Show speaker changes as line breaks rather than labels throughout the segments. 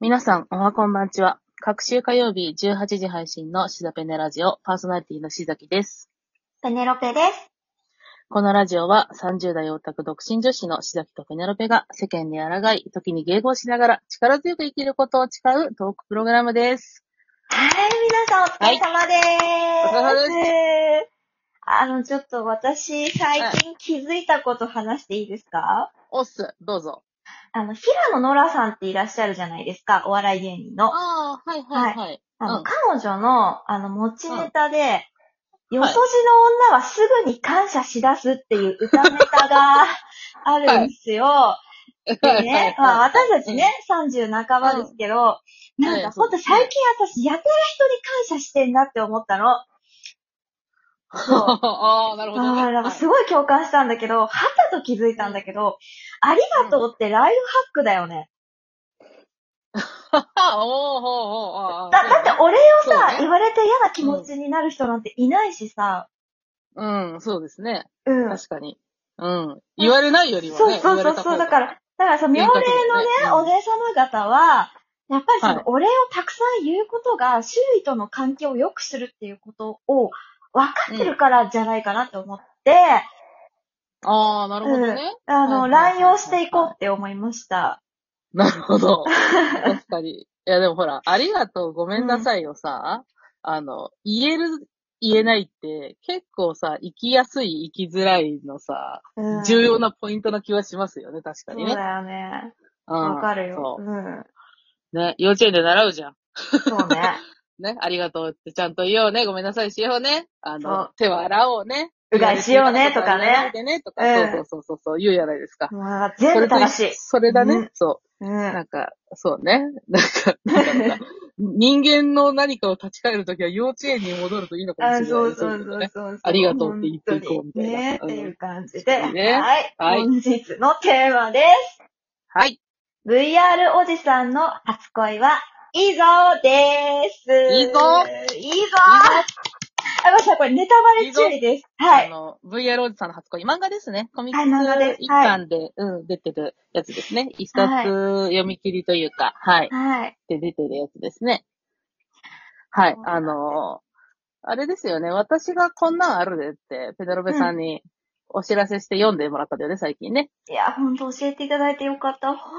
皆さん、おはこんばんちは。各週火曜日18時配信のしざペネラジオ、パーソナリティのしざきです。
ペネロペです。
このラジオは30代オタク独身女子のしざきとペネロペが世間に抗い、時に迎合しながら力強く生きることを誓うトークプログラムです。
はい、皆さんお疲れ様で
はいお疲
す。あの、ちょっと私、最近気づいたこと話していいですか、
おっす、どうぞ。
あの、平野ノラさんっていらっしゃるじゃないですか、お笑い芸人の。
ああ、はいはいはい。
あの、
うん
彼女の、あの、持ちネタ
ん
で、よそじの女はすぐに感謝しだすっていう歌ネタがあるんですよ。でね、まあ私たちね、30半ばですけど、
ん
なん
は
か
い
ほんと最近私、やたら人に感謝してんなって思ったの。 そう。
ああ、なるほど、ね。
ああ、なんかすごい共感したんだけど、はたと気づいたんだけど、ありがとうってライフハックだよね。
ああ、おーおーおーあー
だ、だってお礼を
そうね
さ、言われて嫌な気持ちになる人なんていないしさ、
うん、そうですね。
うん。
確かに。うん。言われないよりは
そう
ね。
そうそうそう、だから、だからさ、妙齢のね、お
ね、
姉様方は、やっぱりそ
はい
のお礼をたくさん言うことが、周囲との関係を良くするっていうことを分かってるからじゃないかなって思って、
うんああ、なるほどね。
あ
は
の、
いはいはい
乱用していこうって思いました。
なるほど。確かに。いや、でもほら、ありがとう、ごめんなさいをさ、あの、言える、言えないって、結構さ、生きやすい、生きづらいのさ、
うん
重要なポイントな気はしますよね、確かに
そう
ね。
だよね。
うん
わかるよ。。
そううんね、幼稚園で習うじゃん。
そう ね。
ね、ありがとうってちゃんと言おうね、ごめんなさいしようね、あ
そ
の
う、
手を洗おうね。
うがいしようねとかね
言われて嫌なことは言わないでね、とか、そうそうそうそう、言うじゃないですか。
もうなんか全部正しい
それと一緒。それだね、
うん
そう。
うん。
なんか、そうね。 なんか、なんだろうな人間の何かを立ち返るときは幼稚園に戻るといいのかもしれ
あ
ない。
そうそう
い
そ
こと
う
ね。
そ う。
ありがとうって言っていこうみたいな
ね
うん
っていう感じで。
ね
はい。
はい
本日のテーマです。
はい。
VR おじさんの初恋はいいぞーです。
いいぞ
いいぞーあ、まさんこれネタバレ注意です。は
あ
い。
の、VR おじさんの初恋、漫画ですね。コミッ
はい漫画で
ク
す
一巻で、うん、出てるやつですね。一冊読み切りというか、はい。
はい。
で出てるやつですね。はい。あのーあれですよね。私がこんなんあるでって、ペダロベさんにお知らせして読んでもらったんだよね、最近ね。
いや、ほんと教えていただいてよかった。本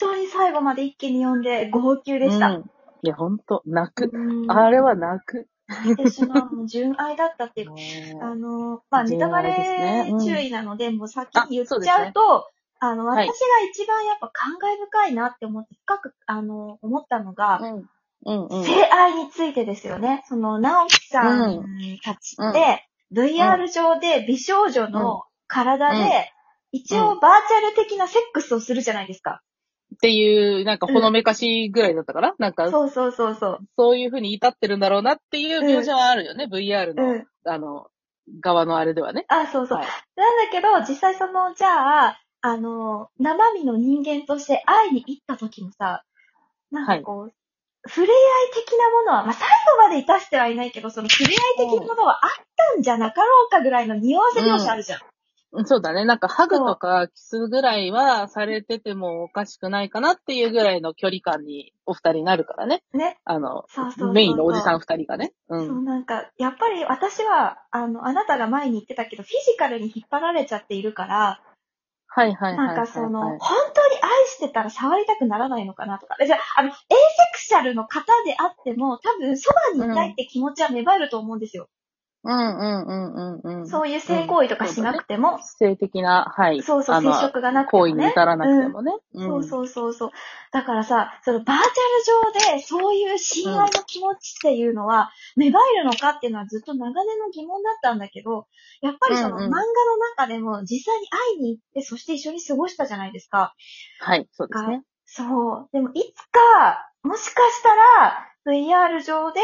当に最後まで一気に読んで号泣でし
う
た。
ん。いや、ほんと、泣く。
うん
あれは泣く。
泣いてしまう。もう純愛だっ たっていうかあの、まあ、ネタバ
重要ですね
レ
うん
注意なので、もう先
あ
に言っち
そうです
ゃ
ね
うと、あの、
は
私
い
が一番やっぱ感慨深いなって思って、深く、あの、思ったのが、
うん、うん、うん。
性愛についてですよね。その、直樹さんたちって、VR 上で美少女の体
うん
で、一応バーチャル的なセックスをするじゃないですか。
っていう、なんかほのめかしぐらいだったから、なんか、
そうそうそうそう。
そういう風に至ってるんだろうなっていう描写はあるよね、VR の、
うん。
あの、側のあれではね。
あ、そうそう。
はい
なんだけど、実際その、じゃあ、あの、生身の人間として会いに行った時のさ、なんかこう、触れ合い的なものは、まあ、最後までいたしてはいないけど、その触れ合い的なものはあったんじゃなかろうかぐらいの匂わせ描写あるじゃん。
うんそうだね。なんかハグとかキスぐらいはされててもおかしくないかなっていうぐらいの距離感にお二人になるからね。
ね。
あの、
そうそうそうそう
メインのおじさん二人がね。う。
そうんなんか、やっぱり私は、あの、あなたが前に言ってたけど、フィジカルに引っ張られちゃっているから、
はいはいはいはい、は。
ないんかその、本当に愛してたら触りたくならないのかなとか。じゃあ、あの、エイセクシャルの方であっても、多分、そばにいたいって気持ちは芽生えると思うんですよ。
うんうんうんうんうん。
そういう性行為とかしなくても、
性的な、はい。
そうそう
あの
接触がなくても
行
ね
為に至らなくてもね。
そう
う。
そうそうそう。だからさ、そのバーチャル上でそういう親愛の気持ちっていうのは芽生えるのかっていうのはずっと長年の疑問だったんだけど、やっぱりその
うんう
漫画
ん
の中でも実際に会いに行って、そして一緒に過ごしたじゃないですか。
はい、そうですね。
そう。でもいつか、もしかしたら VR 上で、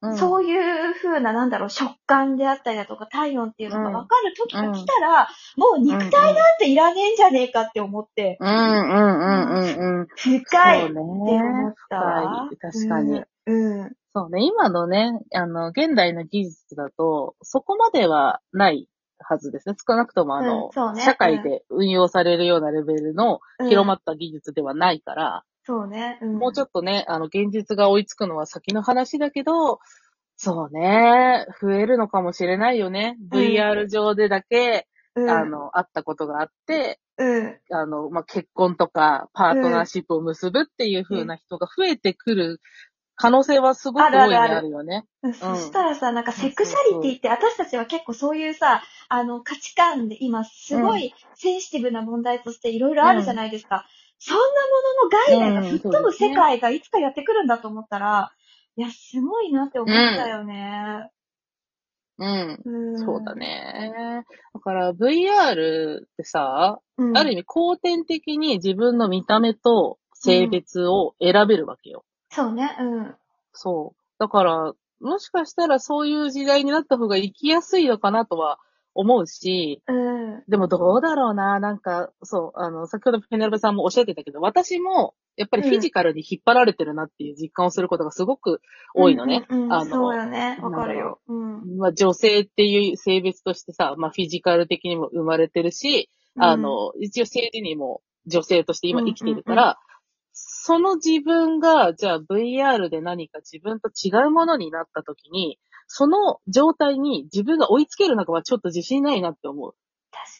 うん
そういう風な、なんだろう、食感であったりだとか、体温っていうのが分かる時が来たら、もう肉体なんていらねえんじゃねえかって思って、
うんうんうんうんうん。
深いって
そう
思
ね
っ。たわ。
深い確かに。
うん。うん。
そうね、今のね、あの、現代の技術だと、そこまではないはずですね。少なくともあの、
うんそうね
社会で運用されるようなレベルの広まった技術ではないから、
そうね。うん、
もうちょっとね、あの、現実が追いつくのは先の話だけど、そうね、増えるのかもしれないよね。
うん
VR 上でだけ、
うん、
あ、の、あったことがあって、
うん。
あの、まあ、結婚とか、パートナーシップを結ぶっていう風な人が増えてくる可能性はすごく
あるあ
大いに
るある
あるよね。
うんそしたらさ、なんかセクシャリティって私たちは結構そういうさ、あの価値観で今すごいセンシティブな問題としていろいろあるじゃないですか。そんなものの概念が吹っ飛ぶ世界がいつかやってくるんだと思ったら、いや、すごいなって思ったよね。
うん。
うん。
そうだ。ね。だから VR ってさ、
うん、
ある意味後天的に自分の見た目と性別を選べるわけよ。
そうね、うん。
そう。だから、もしかしたらそういう時代になった方が生きやすいのかなとは思うし、
うん。
でもどうだろうな、なんか、そう、あの、先ほどペネロペさんもおっしゃってたけど、私も、やっぱりフィジカルに引っ張られてるなっていう実感をすることがすごく多いのね。
うんうんうん
あ
そう
の、
よね。わかるよ。うん。
まあ、女性っていう性別としてさ、まあ、フィジカル的にも生まれてるし、あの、一応政治にも女性として今生きているから、
う
その自分が、じゃあ VR で何か自分と違うものになった時に、その状態に自分が追いつけるのかはちょっと自信ないなって思う。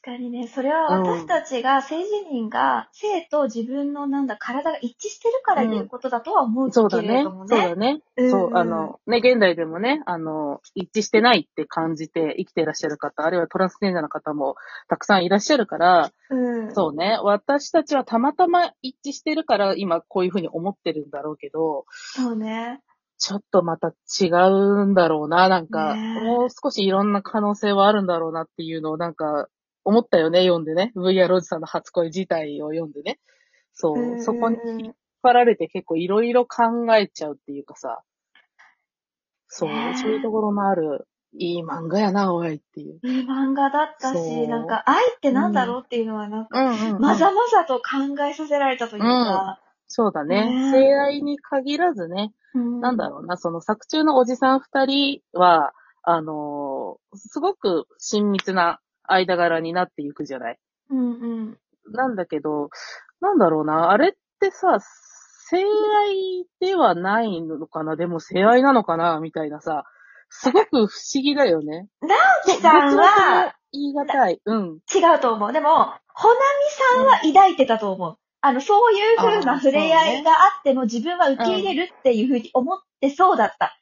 確かにね、それは私たちが、性自認が、性と自分のなんだ、体が一致してるからいうことだとは思うけ
そうだ
れ
ね
ども。
そう
ね。
だね。
ん
そう、あ、の、ね、現代でもね、あの、一致してないって感じて生きていらっしゃる方、あるいはトランスジェンダーの方もたくさんいらっしゃるから、
うん。
そうね、私たちはたまたま一致してるから今こういうふうに思ってるんだろうけど、
そうね。
ちょっとまた違うんだろうな、なんか、
ねえ
もう少しいろんな可能性はあるんだろうなっていうのをなんか、思ったよね、読んでね。VR おじさんの初恋自体を読んでね。そうう、
ん
そこに
うん
引っ張られて結構いろいろ考えちゃうっていうかさ。そう
ね、え
そういうところもある。いい漫画やな、おいっていう。
いい漫画だった
そう
し、なんか、愛ってなんだろうっていうのは、なんか、
うん
まざまざと考えさせられたというか、
そうだね。
ねえ
性愛に限らずね、
うん
なんだろうな、その作中のおじさん二人は、あのーすごく親密な間柄になっていくじゃない。
うんうん。
なんだけど、なんだろうな、あれってさ、性愛ではないのかな、でも性愛なのかな、みたいなさ、すごく不思議だよね。
直樹さん
別それ
は、
言い難い。うん。
違うと思う。でも、ほなみさんは抱いてたと思う。あの、そういう風な触れ合いがあっても自分は受け入れるっていう風に思ってそうだった。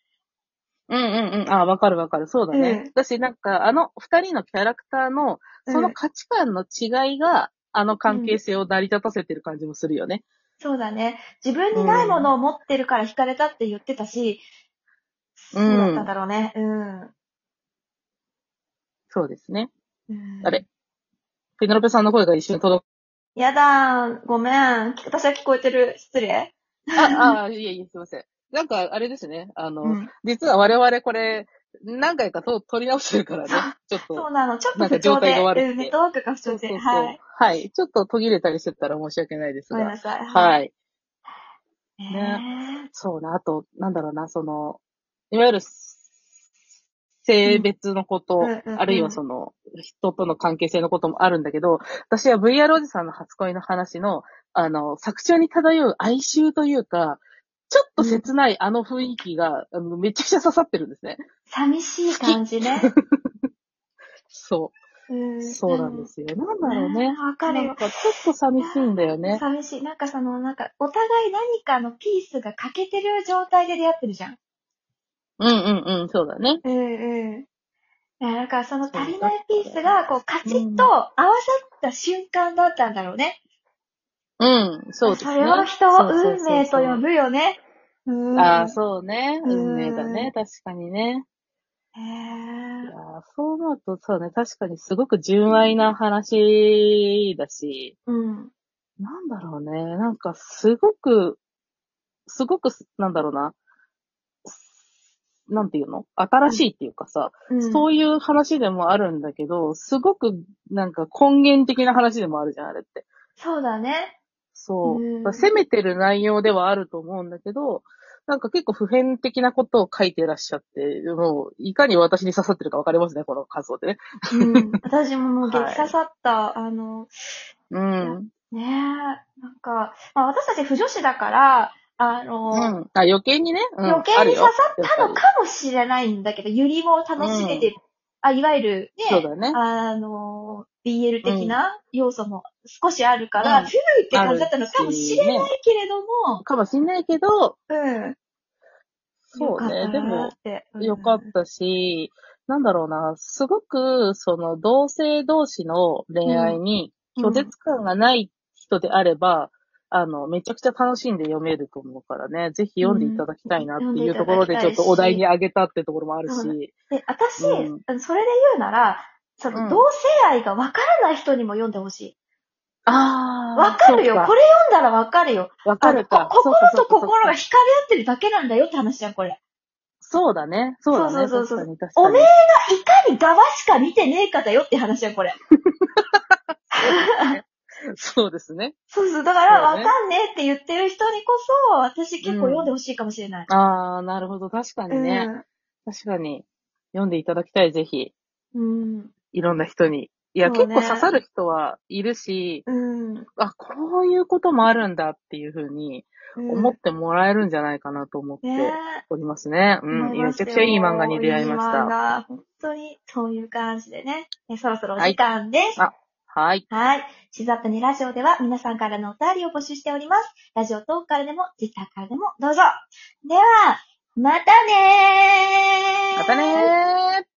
うんうんうん。あわかるわかる。そうだね。
うん
だし、なんか、あの二人のキャラクターの、その
うん
価値観の違いが、あの関係性を成り立たせてる感じもするよね。
そうだね。自分にないものを持ってるから惹かれたって言ってたし、
うん
そうだったんだろうね。うん。
そうですね。
うん
あれペネロペさんの声が一瞬届
やだー、ごめん。き私は聞こえてる。失礼。
く。あ、あ、いえいえ、すいません。なんか、あれですね。あの、
うん
実は我々これ、何回かと撮り直してるからね。 ちょっと。
そうなの。ちょっ
な
と
んか
不
状
調
態
で。
が悪くて
うんネットワークが不調で。はい。。
はい。ちょっと途切れたりしてたら申し訳ないです
ごめん
が。
なさい。。
はいい。
ね
そうな。あと、なんだろうな、その、いわゆる、性別のこと、
うんうんうんうん
あるいはその、人との関係性のこともあるんだけど、私は VR おじさんの初恋の話の、あの、作中に漂う哀愁というか、ちょっと切ないあの雰囲気が、あのめちゃくちゃ刺さってるんですね。
寂しい感じね。
そうう。
ん
そうなんですよ。なんだろうね
ね。わかる
なん
よ。
かちょっと寂しいんだよね。
寂しい。なんかその、なんか、お互い何かのピースが欠けてる状態で出会ってるじゃん。
うんうんうん、そうだね。
うんうん。なんかその
そう
足りないピースが、こう、カチッと合わさった瞬間だったんだろうね。
うん、そうですね。
れを人を
そうそう
運命と
そうそう
呼ぶよね。うん。
ああ、そうね。
うん
運命だね。確かにね。
へー
いやーそう思うと、そうね。確かにすごく純愛な話だし、
うん。
なんだろうね。なんかすごく、すごく、なんだろうな。なんていうの新しいっていうかさ、
うん
そういう話でもあるんだけど、すごくなんか根源的な話でもあるじゃん、あれって。
そうだね。
そう。
うん
攻めてる内容ではあると思うんだけど、なんか結構普遍的なことを書いてらっしゃって、もう、いかに私に刺さってるかわかりますね、この感想でね。
うん。私ももう
は
激
い
刺さった、あの、
うん。
ねえ、なんか、まあ私たち不女子だから、あの、
うん。あ、余計にね。うん、
余計に刺さったの
か。
かもしれないんだけど、ゆりも楽しめてる、あ、いわゆるね、
そうだね
あの、BL 的な要素も少しあるから、
うん
ふ、うって感じだったのかもしれ
あ
な
る
いけれども、
かもしんないけど、
うん。
そうね。でも、よ
よ
か
か
っ
った
し、なんだろうな、すごく、その、同性同士の恋愛に
うん
拒絶感がない人であれば、あの、めちゃくちゃ楽しんで読めると思うからね、ぜひ読んでいただきたいなっていうところで、
うん
ちょっとお題にあげたってところもある
そう
し、
た。で、私、
うん
あのそれで言うなら、その、
うん
同性愛がわからない人にも読んでほしい。
あー
わかるよ。
そう
これ読んだらわかるよ。
わかるか
あ。のこ心
そう
と
そうそうそう
心が惹かれ合ってるだけなんだよって話じゃん、これ。
そうだね。そうだね。
そうそうそうそう
確かに確かに
おめえがいかに側しか見てねえかだよって話や、これ。
そうですね。
そうそう、だから
そう
わ
ね
かんねえって言ってる人にこそ、私結構読んでほしいかもしれない。
あー、なるほど。確かにね。確かに。読んでいただきたい、ぜひ。
うん。
いろんな人に。いや、
そ
結
うね
構刺さる人はいるし、
うん。うん。
あ、こういうこともあるんだっていうふうに思ってもらえるんじゃないかなと思って
ね
おりますね。
え
うん。
思いま
め
す
ちゃ
よ
くちゃいい漫画に出会いまし
い漫
た。
画本当に、そういう感じでね。えそろそろお時間です。
はい。
はい。シズアップにラジオでは皆さんからのお便りを募集しております。ラジオトークからでも、ツイッターからでもどうぞ。では、またねー
またねー